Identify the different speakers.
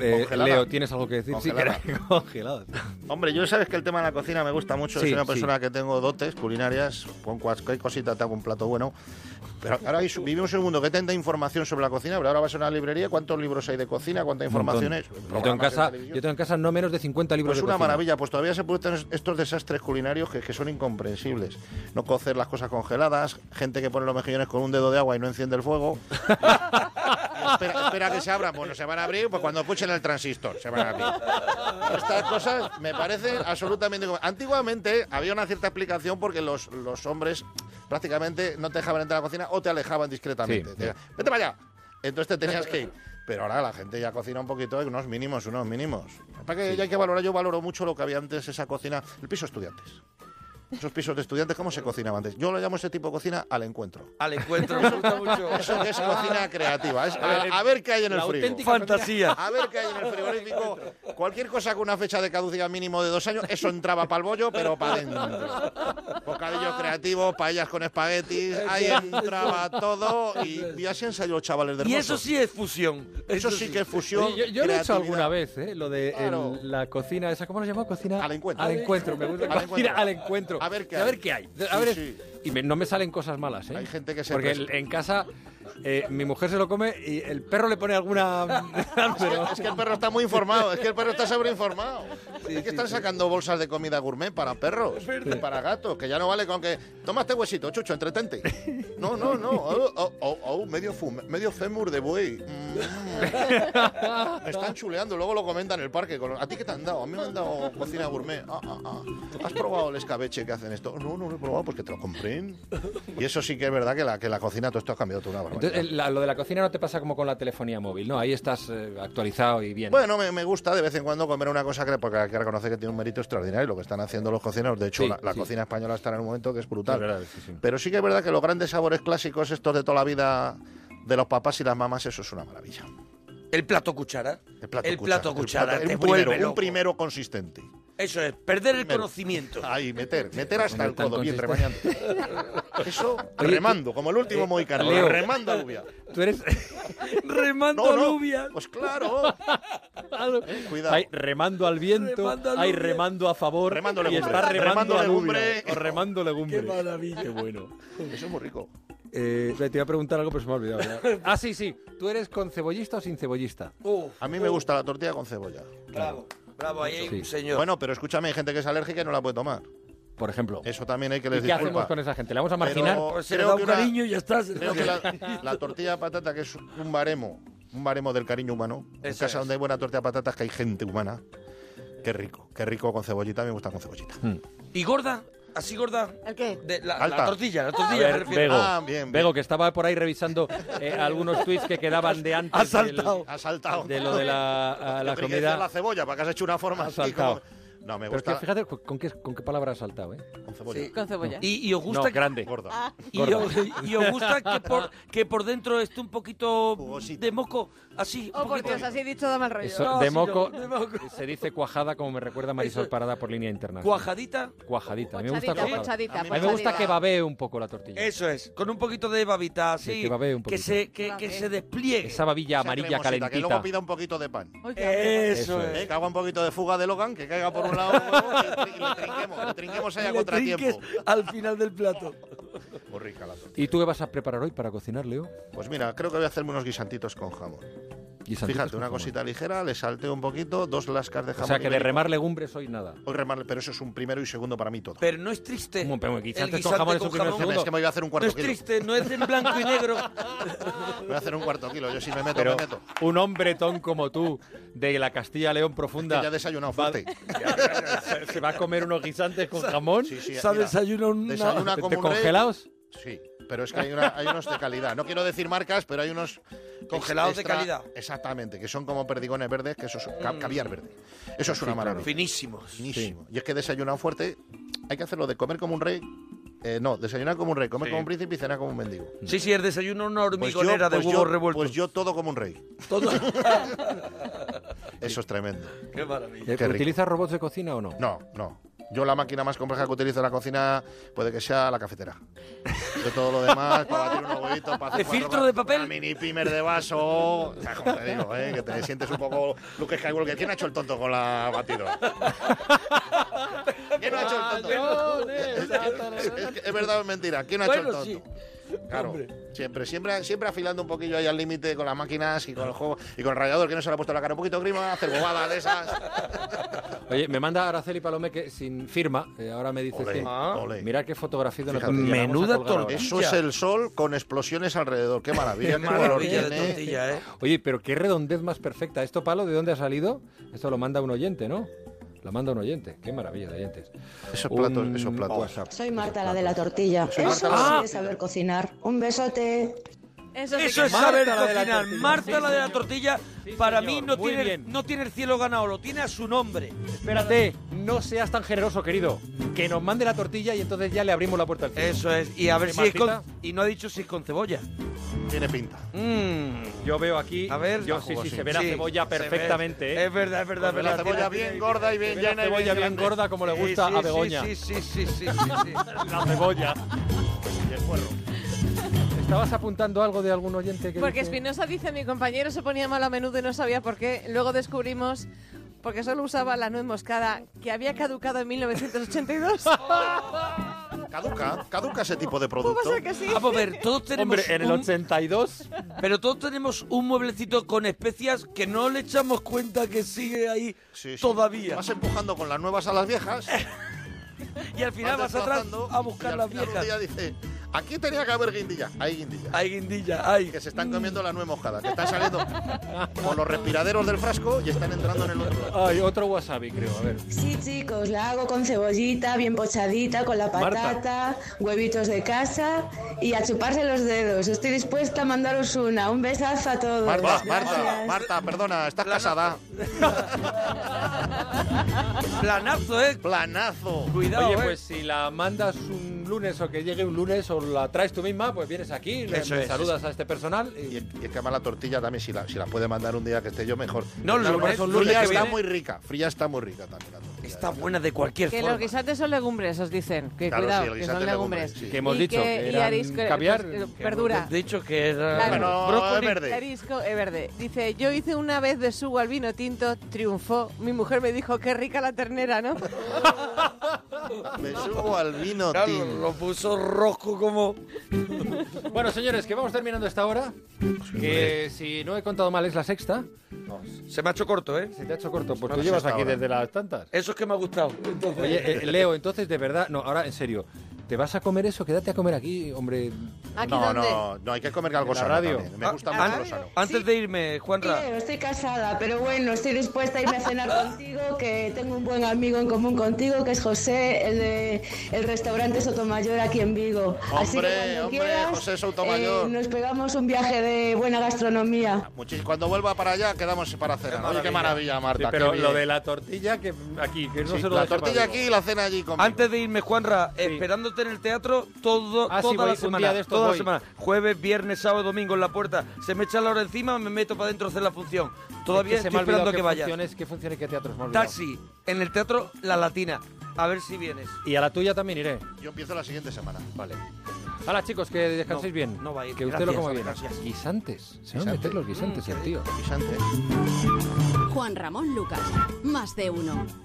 Speaker 1: Eh,
Speaker 2: Congelada.
Speaker 1: Leo, ¿tienes algo que decir?
Speaker 2: Congelada.
Speaker 1: Sí, que era congelada.
Speaker 2: Hombre, yo sabes que el tema de la cocina me gusta mucho.
Speaker 1: Sí,
Speaker 2: Soy una
Speaker 1: sí.
Speaker 2: persona que tengo dotes culinarias. Con cualquier cosita te hago un plato bueno. Pero ahora hay- vivimos en un mundo que tanta información sobre la cocina, pero ahora vas a una librería, ¿cuántos libros hay de cocina? ¿Cuántas informaciones?
Speaker 1: Yo tengo, en casa, yo tengo en casa no menos de 50 libros
Speaker 2: Pues
Speaker 1: de
Speaker 2: una
Speaker 1: cocina.
Speaker 2: maravilla, pues todavía se producen es- estos desastres culinarios que, que son incomprensibles. No cocer las cosas congeladas, gente que pone los mejillones con un dedo de agua y no enciende el fuego. Y espera, espera que se abran, bueno, se van a abrir, pues cuando escuchen el transistor, se van a abrir. Estas cosas me parecen absolutamente... como- Antiguamente había una cierta explicación porque los, los hombres prácticamente no te dejaban entrar a la cocina o te alejaban discretamente.
Speaker 1: Sí,
Speaker 2: Te decían, Vete para allá. Entonces te tenías que ir. Pero ahora la gente ya cocina un poquito, hay unos mínimos, unos mínimos. Para que ya hay que valorar, yo valoro mucho lo que había antes, esa cocina, el piso estudiantes. Esos pisos de estudiantes, ¿cómo se cocinaba antes? Yo lo llamo ese tipo de cocina al encuentro.
Speaker 3: Al encuentro me gusta mucho.
Speaker 2: Eso que es cocina creativa. es a, a ver qué hay en el
Speaker 1: La
Speaker 2: frigo.
Speaker 1: auténtica
Speaker 3: Fantasía.
Speaker 2: A ver qué hay en el frigorífico. Cualquier cosa con una fecha de caducidad mínimo de dos años, eso entraba para el bollo, pero para adentro. Bocadillos creativos, paellas con espaguetis, ahí entraba todo y, y así han salido los chavales de
Speaker 3: Y
Speaker 2: Hermoso.
Speaker 3: eso sí es fusión.
Speaker 2: Eso sí que es fusión.
Speaker 1: Oye, yo yo lo he hecho
Speaker 2: creatividad.
Speaker 1: alguna vez, ¿eh? Lo de el-
Speaker 2: Claro.
Speaker 1: la cocina, esa, ¿cómo lo llamaba? Cocina
Speaker 2: Al encuentro.
Speaker 1: Al encuentro, me gusta.
Speaker 2: Al
Speaker 1: Cocina
Speaker 2: encuentro.
Speaker 1: al encuentro.
Speaker 2: A ver qué
Speaker 1: Y
Speaker 2: hay.
Speaker 1: A
Speaker 2: Sí,
Speaker 1: ver,
Speaker 2: sí.
Speaker 1: Y me- no me salen cosas malas, ¿eh?
Speaker 2: Hay gente que se
Speaker 1: Porque
Speaker 2: presta.
Speaker 1: en casa eh, mi mujer se lo come y el perro le pone alguna... pero-
Speaker 2: Es que el perro está muy informado, es que el perro está sobreinformado. es que están sacando bolsas de comida gourmet para perros, para gatos, que ya no vale con que. Toma este huesito, chucho, entretente. No, no, no. Oh, oh, oh, oh, medio, fum- medio fémur de buey. Mm. Me están chuleando, luego lo comentan en el parque. con los- ¿A ti qué te han dado? A mí me han dado cocina gourmet. Ah, ah, ah. ¿Has probado el escabeche que hacen esto? No, no lo he probado porque te lo compré. Y eso sí que es verdad que la, que la cocina, todo esto ha cambiado toda una barbaridad.
Speaker 1: Entonces, el- la- lo de la cocina no te pasa como con la telefonía móvil, ¿no? Ahí estás eh, actualizado y bien.
Speaker 2: Bueno, me, me gusta de vez en cuando comer una cosa que, porque hay que reconocer que tiene un mérito extraordinario lo que están haciendo los cocineros. De hecho,
Speaker 1: Sí,
Speaker 2: la, la
Speaker 1: sí.
Speaker 2: cocina española está en un momento que es brutal.
Speaker 1: Es verdad, sí, sí.
Speaker 2: Pero sí que es verdad que los grandes sabores clásicos, estos de toda la vida de los papás y las mamás, eso es una maravilla.
Speaker 3: El plato cuchara.
Speaker 2: El plato cuchara. el
Speaker 3: cuchara.
Speaker 2: plato-
Speaker 3: te
Speaker 2: un,
Speaker 3: vuelve
Speaker 2: primero, un
Speaker 3: loco.
Speaker 2: primero consistente.
Speaker 3: Eso es, perder el
Speaker 2: Primero.
Speaker 3: conocimiento.
Speaker 2: Ahí, meter, meter hasta
Speaker 1: Hombre,
Speaker 2: el codo,
Speaker 1: tan
Speaker 2: bien rebañando.
Speaker 1: consistente.
Speaker 2: Eso,
Speaker 1: Oye, Eh,
Speaker 2: remando, como el último mohicano,
Speaker 1: Leo.
Speaker 2: remando alubia.
Speaker 1: Tú eres...
Speaker 3: Remando
Speaker 2: No, no,
Speaker 3: alubias.
Speaker 2: pues claro, Eh, cuidado.
Speaker 1: Hay remando al viento,
Speaker 3: Remando al
Speaker 1: hay
Speaker 3: viento.
Speaker 1: remando a favor
Speaker 2: Remando
Speaker 1: y
Speaker 2: legumbre.
Speaker 1: está remando,
Speaker 2: Remando
Speaker 1: alubia,
Speaker 2: legumbre.
Speaker 1: o remando legumbre.
Speaker 3: Qué maravilla.
Speaker 1: Qué bueno.
Speaker 2: eso es muy rico.
Speaker 1: Eh, te iba a preguntar algo, pero se me ha olvidado. ya. Ah, sí, sí. ¿Tú eres con cebollista o sin cebollista?
Speaker 3: Uf,
Speaker 2: A
Speaker 1: Oh.
Speaker 2: mí me gusta la tortilla con cebolla.
Speaker 3: bravo, bravo, ahí hay
Speaker 1: Sí.
Speaker 3: un señor.
Speaker 2: Bueno, pero escúchame, hay gente que es alérgica y no la puede tomar.
Speaker 1: Por ejemplo.
Speaker 2: Eso también hay que
Speaker 1: ¿Y
Speaker 2: les
Speaker 1: qué
Speaker 2: disculpa.
Speaker 1: hacemos con esa gente? ¿Le vamos a marginar?
Speaker 2: Pero-
Speaker 3: pues se le
Speaker 2: creo
Speaker 3: da
Speaker 2: que
Speaker 3: un
Speaker 2: una-
Speaker 3: cariño y ya está. se le
Speaker 2: Creo
Speaker 3: da-
Speaker 2: que la, la tortilla de patata, que es un baremo, un baremo del cariño humano. En
Speaker 3: Eso
Speaker 2: casa
Speaker 3: es.
Speaker 2: donde hay buena tortilla de patatas, que hay gente humana. Qué rico, qué rico con cebollita, me gusta con cebollita.
Speaker 1: Mm.
Speaker 3: ¿Y gorda? ¿Así gorda?
Speaker 4: ¿El qué?
Speaker 3: De la,
Speaker 2: Alta.
Speaker 3: la tortilla, la
Speaker 1: A
Speaker 3: tortilla, me
Speaker 1: ver,
Speaker 3: refiero.
Speaker 1: Bego,
Speaker 2: Ah, bien, bien.
Speaker 1: Bego, que estaba por ahí revisando eh, algunos tweets que quedaban de antes
Speaker 3: Ha saltado.
Speaker 2: Ha saltado.
Speaker 1: del- de lo de la, a la
Speaker 2: Yo tenía que decir
Speaker 1: comida.
Speaker 2: la cebolla, para que has hecho una forma
Speaker 1: Ha
Speaker 2: así
Speaker 1: saltado.
Speaker 2: como- No, me
Speaker 1: Pero es que
Speaker 2: gusta
Speaker 1: fíjate con con qué, con qué palabra ha saltado, ¿eh?
Speaker 2: con cebolla.
Speaker 3: Sí.
Speaker 4: Con cebolla.
Speaker 3: Y, y os gusta,
Speaker 1: no, grande.
Speaker 2: Gorda.
Speaker 3: y os- y os gusta que, por, que por dentro esté un poquito
Speaker 2: Jugosito.
Speaker 3: de moco, así. un
Speaker 4: Oh, por
Speaker 3: poquito.
Speaker 4: Dios, así he dicho da mal rollo.
Speaker 1: Eso,
Speaker 3: No,
Speaker 1: de,
Speaker 3: sí,
Speaker 1: moco,
Speaker 3: no, de moco.
Speaker 1: se dice cuajada como me recuerda Marisol
Speaker 3: Eso-
Speaker 1: Parada por línea interna.
Speaker 3: Cuajadita,
Speaker 1: Cuajadita. A mí me gusta
Speaker 4: Pochadita,
Speaker 1: cuajada.
Speaker 4: pochadita,
Speaker 2: A
Speaker 4: pochadita.
Speaker 2: mí
Speaker 1: A mí me gusta que babee un poco la tortilla.
Speaker 3: eso es, con un poquito de babita, así,
Speaker 1: Sí, que babee un
Speaker 3: que
Speaker 1: poquito.
Speaker 3: se, que, que
Speaker 4: Babee.
Speaker 3: se despliegue.
Speaker 1: Esa babilla
Speaker 2: Esa
Speaker 1: amarilla
Speaker 2: cremosita,
Speaker 1: calentita.
Speaker 2: Que luego pida un poquito de pan.
Speaker 4: Uy, qué hambre.
Speaker 3: Eso,
Speaker 1: Eso
Speaker 3: es.
Speaker 2: Eh, que haga un poquito de fuga de Logan, que caiga por un lado y le- y le trinquemos, le trinquemos ahí a
Speaker 3: Y le trinques
Speaker 2: contratiempo.
Speaker 3: al final del plato.
Speaker 2: Muy rica la tortilla.
Speaker 1: ¿Y tú qué vas a preparar hoy para cocinar, Leo?
Speaker 2: Pues mira, creo que voy a hacerme unos guisantitos con jamón.
Speaker 1: Guisantitos
Speaker 2: Fíjate,
Speaker 1: con
Speaker 2: una
Speaker 1: jamón.
Speaker 2: cosita ligera, le salteo un poquito, dos lascas de
Speaker 1: O
Speaker 2: jamón.
Speaker 1: sea, que de
Speaker 2: ibérico.
Speaker 1: remar legumbres hoy nada.
Speaker 2: Hoy remarle, pero eso es un primero y segundo para mí todo.
Speaker 3: Pero no es triste.
Speaker 1: ¿Cómo? Pero guisantes
Speaker 3: El
Speaker 1: con jamón es un
Speaker 3: con
Speaker 1: primero y
Speaker 3: jamón
Speaker 2: Déjame, es que me voy a hacer un
Speaker 3: No
Speaker 2: cuarto
Speaker 3: es
Speaker 2: kilo.
Speaker 3: triste, no es en blanco y negro.
Speaker 2: Me voy a hacer un cuarto kilo. Yo si me meto,
Speaker 1: Pero
Speaker 2: me meto.
Speaker 1: un hombretón como tú, de la Castilla León
Speaker 2: Que
Speaker 1: profunda,
Speaker 2: ya he desayunado fuerte.
Speaker 1: se va a comer unos guisantes con jamón.
Speaker 2: Sí, sí,
Speaker 3: Se ha
Speaker 2: mira,
Speaker 3: desayunado una-
Speaker 2: desayuna
Speaker 1: ¿Te-
Speaker 2: como
Speaker 1: te
Speaker 2: un rey.
Speaker 1: congelados?
Speaker 2: Sí, pero es que hay, una- hay unos de calidad. No quiero decir marcas, pero hay unos
Speaker 3: Congelados de
Speaker 2: extra-
Speaker 3: calidad.
Speaker 2: Exactamente, que son como perdigones verdes, que eso es ca- caviar verde. Eso es una maravilla. Mm.
Speaker 3: Finísimos.
Speaker 2: Finísimo. Y es que desayunar fuerte, hay que hacerlo de comer como un rey. eh, no, desayunar como un rey, comer como un príncipe y cenar como un mendigo.
Speaker 3: Sí, sí, el desayuno una
Speaker 2: Pues yo-
Speaker 3: hormigonera
Speaker 2: pues
Speaker 3: de
Speaker 2: yo-
Speaker 3: huevos revueltos.
Speaker 2: Pues yo todo como un rey.
Speaker 3: Todo.
Speaker 2: Eso es tremendo.
Speaker 3: Qué maravilla.
Speaker 1: Eh,
Speaker 2: Qué rico.
Speaker 1: ¿Utilizas robots de cocina o no?
Speaker 2: No, no. Yo la máquina más compleja que utilizo en la cocina puede que sea la cafetera. De todo lo demás, para batir unos huevitos, para hacer
Speaker 3: ¿De
Speaker 2: cuatro
Speaker 3: filtro
Speaker 2: pa-
Speaker 3: de papel?
Speaker 2: una mini primer de vaso. O sea, como te digo, ¿eh? que te sientes un poco Luke Skywalker. ¿Quién ha hecho el tonto con la batidora? ¿Quién ha hecho el tonto? Es, que- es verdad o es mentira. ¿Quién ha hecho
Speaker 3: Bueno,
Speaker 2: el tonto? Claro, siempre, siempre, siempre afilando un poquillo ahí al límite con las máquinas y con los juegos y con el radiador que no se le ha puesto la cara un poquito grima, hacer bobadas de esas.
Speaker 1: Oye, me manda Araceli Palome que sin firma, eh, ahora me dice
Speaker 2: Ole,
Speaker 1: que...
Speaker 3: Ah.
Speaker 2: ole.
Speaker 1: Mirad qué fotografía de una
Speaker 2: Fíjate,
Speaker 1: tortilla, la vamos a
Speaker 3: menuda
Speaker 1: colgar ahora.
Speaker 3: tortilla.
Speaker 2: Eso es el sol con explosiones alrededor. Qué maravilla.
Speaker 3: Qué
Speaker 2: qué color
Speaker 3: maravilla de
Speaker 2: tiene.
Speaker 3: tortilla, ¿eh?
Speaker 1: Oye, pero qué redondez más perfecta. ¿Esto, Palo, de dónde ha salido? Esto lo manda un oyente, ¿no? Lo manda un oyente. Qué maravilla de oyentes.
Speaker 2: Esos platos,
Speaker 1: Un
Speaker 2: esos platos.
Speaker 1: WhatsApp.
Speaker 4: Soy
Speaker 1: Esos
Speaker 4: Marta, la de
Speaker 1: platos.
Speaker 4: la tortilla.
Speaker 2: Soy Marta,
Speaker 4: Eso
Speaker 2: la de la
Speaker 4: sí
Speaker 3: tortilla.
Speaker 4: es saber cocinar. Un besote.
Speaker 5: Eso, sí
Speaker 3: Eso
Speaker 5: que
Speaker 3: es saber
Speaker 5: Marta, la de la
Speaker 3: cocinar.
Speaker 5: tortilla.
Speaker 3: Marta, la de la tortilla, para mí
Speaker 1: señor,
Speaker 3: no
Speaker 1: muy
Speaker 3: tiene,
Speaker 1: bien.
Speaker 3: no tiene el cielo ganado, lo tiene a su nombre.
Speaker 1: Espérate, no seas tan generoso, querido. Que nos mande la tortilla y entonces ya le abrimos la puerta al cielo.
Speaker 3: Eso es. Y a ver
Speaker 1: ¿Sí,
Speaker 3: si es con.
Speaker 1: Martita?
Speaker 3: Y no ha dicho si es con cebolla.
Speaker 2: Tiene pinta.
Speaker 3: Mmm.
Speaker 1: Yo veo aquí.
Speaker 3: A ver,
Speaker 1: yo,
Speaker 3: la
Speaker 1: sí,
Speaker 3: jugo,
Speaker 1: sí, se ve la cebolla
Speaker 3: se ve.
Speaker 1: perfectamente, ¿eh?
Speaker 3: Es verdad, es verdad, es
Speaker 2: Con la
Speaker 3: verdad.
Speaker 2: cebolla
Speaker 3: Tiene-
Speaker 2: bien gorda y bien
Speaker 1: Se ve la
Speaker 2: llena y
Speaker 1: cebolla
Speaker 2: bien
Speaker 1: bien
Speaker 2: grande.
Speaker 1: gorda como le
Speaker 3: Sí,
Speaker 1: gusta
Speaker 3: sí,
Speaker 1: a Begoña.
Speaker 3: Sí, sí, sí, sí, sí, sí, sí.
Speaker 1: La cebolla.
Speaker 2: Y el puerro.
Speaker 1: ¿Estabas apuntando algo de algún oyente que
Speaker 5: Porque
Speaker 1: dice-
Speaker 5: Espinosa dice, mi compañero se ponía mal a menudo y no sabía por qué. Luego descubrimos, porque solo usaba la nuez moscada, que había caducado en 1982.
Speaker 2: Caduca, caduca ese tipo de
Speaker 5: ¿Cómo
Speaker 2: producto.
Speaker 5: ser que sí?
Speaker 3: Vamos a ver, todos tenemos.
Speaker 1: Hombre, en el
Speaker 3: un-
Speaker 1: 82.
Speaker 3: Pero todos tenemos un mueblecito con especias que no le echamos cuenta que sigue ahí
Speaker 2: Sí, sí.
Speaker 3: todavía.
Speaker 2: Vas empujando con las nuevas a las viejas.
Speaker 3: Y al final vas atrás
Speaker 2: desplazando,
Speaker 3: a
Speaker 2: y
Speaker 3: buscar
Speaker 2: al
Speaker 3: las
Speaker 2: final
Speaker 3: viejas.
Speaker 2: Un día dice, aquí tenía que haber guindilla. Hay guindilla.
Speaker 3: Ay, guindilla, ay.
Speaker 2: Que se están comiendo la nuez mojada. Que están saliendo por los respiraderos del frasco y están entrando en el otro lado.
Speaker 1: Ay, otro wasabi, creo. A ver.
Speaker 4: Sí, chicos, la hago con cebollita, bien pochadita, con la
Speaker 1: Marta.
Speaker 4: patata, huevitos de casa y a chuparse los dedos. Estoy dispuesta a mandaros una. Un besazo a todos.
Speaker 2: Marta, Marta,
Speaker 4: Gracias.
Speaker 2: Marta, perdona, estás casada.
Speaker 3: Planazo, eh.
Speaker 2: Planazo.
Speaker 3: Cuidado,
Speaker 1: Oye,
Speaker 3: eh.
Speaker 1: pues si la mandas un lunes o que llegue un lunes o la traes tú misma, pues vienes aquí, le
Speaker 3: Eso
Speaker 1: le
Speaker 3: es,
Speaker 1: saludas a este personal.
Speaker 2: Y,
Speaker 1: Y...
Speaker 2: y es que además la tortilla también, si la, si la puede mandar un día que esté yo, mejor.
Speaker 3: No,
Speaker 2: Claro,
Speaker 3: lunes,
Speaker 2: por eso
Speaker 3: lunes
Speaker 2: Fría
Speaker 3: que
Speaker 2: está
Speaker 3: viene.
Speaker 2: muy rica. Fría está muy rica también. la tortilla.
Speaker 3: Está buena de cualquier
Speaker 5: Que
Speaker 3: forma.
Speaker 5: los guisantes son legumbres, os dicen. Que
Speaker 2: Claro, sí,
Speaker 5: cuidado,
Speaker 2: el
Speaker 5: que
Speaker 2: guisante
Speaker 5: son
Speaker 2: es legumbres,
Speaker 5: legumbres.
Speaker 2: sí.
Speaker 1: Que hemos
Speaker 5: Y
Speaker 1: dicho que
Speaker 5: y
Speaker 1: eran
Speaker 5: arisco-
Speaker 1: caviar.
Speaker 5: pues, eh, verdura.
Speaker 3: Hemos dicho que era
Speaker 5: Claro.
Speaker 2: Bueno,
Speaker 3: brócoli.
Speaker 2: es verde.
Speaker 5: Arisco es verde. Dice, yo hice una vez de sugo al vino tinto, triunfó. Mi mujer me dijo, qué rica la ternera, ¿no?
Speaker 2: Me subo al vino
Speaker 3: Claro,
Speaker 2: tinto.
Speaker 3: lo puso rojo como.
Speaker 1: Bueno, señores, que vamos terminando esta hora. Que si no he contado mal es la sexta.
Speaker 3: Se me ha hecho corto, ¿eh?
Speaker 1: Se te ha hecho corto, pues
Speaker 2: No,
Speaker 1: tú
Speaker 2: la
Speaker 1: llevas
Speaker 2: sexta
Speaker 1: aquí
Speaker 2: hora.
Speaker 1: desde las tantas.
Speaker 3: Eso es que me ha gustado.
Speaker 1: Oye, eh, Leo, entonces de verdad, no, ahora en serio, ¿te vas a comer eso? Quédate a comer aquí, hombre.
Speaker 5: Aquí
Speaker 2: No,
Speaker 5: donde...
Speaker 2: no, no, hay que comer algo
Speaker 1: En la
Speaker 2: sano
Speaker 1: radio.
Speaker 2: también. Me
Speaker 3: Ah,
Speaker 2: gusta
Speaker 3: ah,
Speaker 2: mucho lo sano.
Speaker 3: Antes de irme, Juanra.
Speaker 4: Creo, Estoy casada, pero bueno, estoy dispuesta a irme a cenar contigo, que tengo un buen amigo en común contigo, que es José, el de el restaurante Sotomayor aquí en Vigo. Así que
Speaker 2: Hombre,
Speaker 4: cuando
Speaker 2: hombre,
Speaker 4: quieras,
Speaker 2: José Sotomayor.
Speaker 4: eh, nos pegamos un viaje de buena gastronomía.
Speaker 2: Muchis- Cuando vuelva para allá, quedamos para cenar. Oye, qué maravilla, Marta.
Speaker 1: Sí, pero
Speaker 2: qué
Speaker 1: lo
Speaker 2: bien.
Speaker 1: de la tortilla que aquí, que no
Speaker 2: Sí,
Speaker 1: se lo
Speaker 2: la
Speaker 1: deje para
Speaker 2: tortilla
Speaker 1: luego.
Speaker 2: aquí y la cena allí conmigo.
Speaker 3: Antes de irme, Juanra, esperándote en el teatro todo,
Speaker 1: Ah, sí,
Speaker 3: toda
Speaker 1: voy,
Speaker 3: la
Speaker 1: un
Speaker 3: semana.
Speaker 1: día de estos
Speaker 3: toda
Speaker 1: voy.
Speaker 3: la semana. Jueves, viernes, sábado, domingo en la puerta. Se me echa la hora encima, me meto para adentro a hacer la función. Todavía
Speaker 1: Es que se me ha olvidado
Speaker 3: estoy esperando
Speaker 1: qué
Speaker 3: que vayas.
Speaker 1: Funciones, qué funciones, qué teatros me ha olvidado.
Speaker 3: Taxi, en el teatro La Latina. A ver si vienes.
Speaker 1: Y a la tuya también iré.
Speaker 2: Yo empiezo la siguiente semana.
Speaker 1: Vale. Hola chicos, que descanséis
Speaker 3: No,
Speaker 1: bien.
Speaker 3: no va a ir.
Speaker 1: Que usted
Speaker 3: Gracias,
Speaker 1: lo coma bien.
Speaker 3: gracias.
Speaker 1: Guisantes. Se van a
Speaker 2: Guisante.
Speaker 1: meter los guisantes, el tío.
Speaker 2: Guisante.
Speaker 6: Juan Ramón Lucas. Más de uno.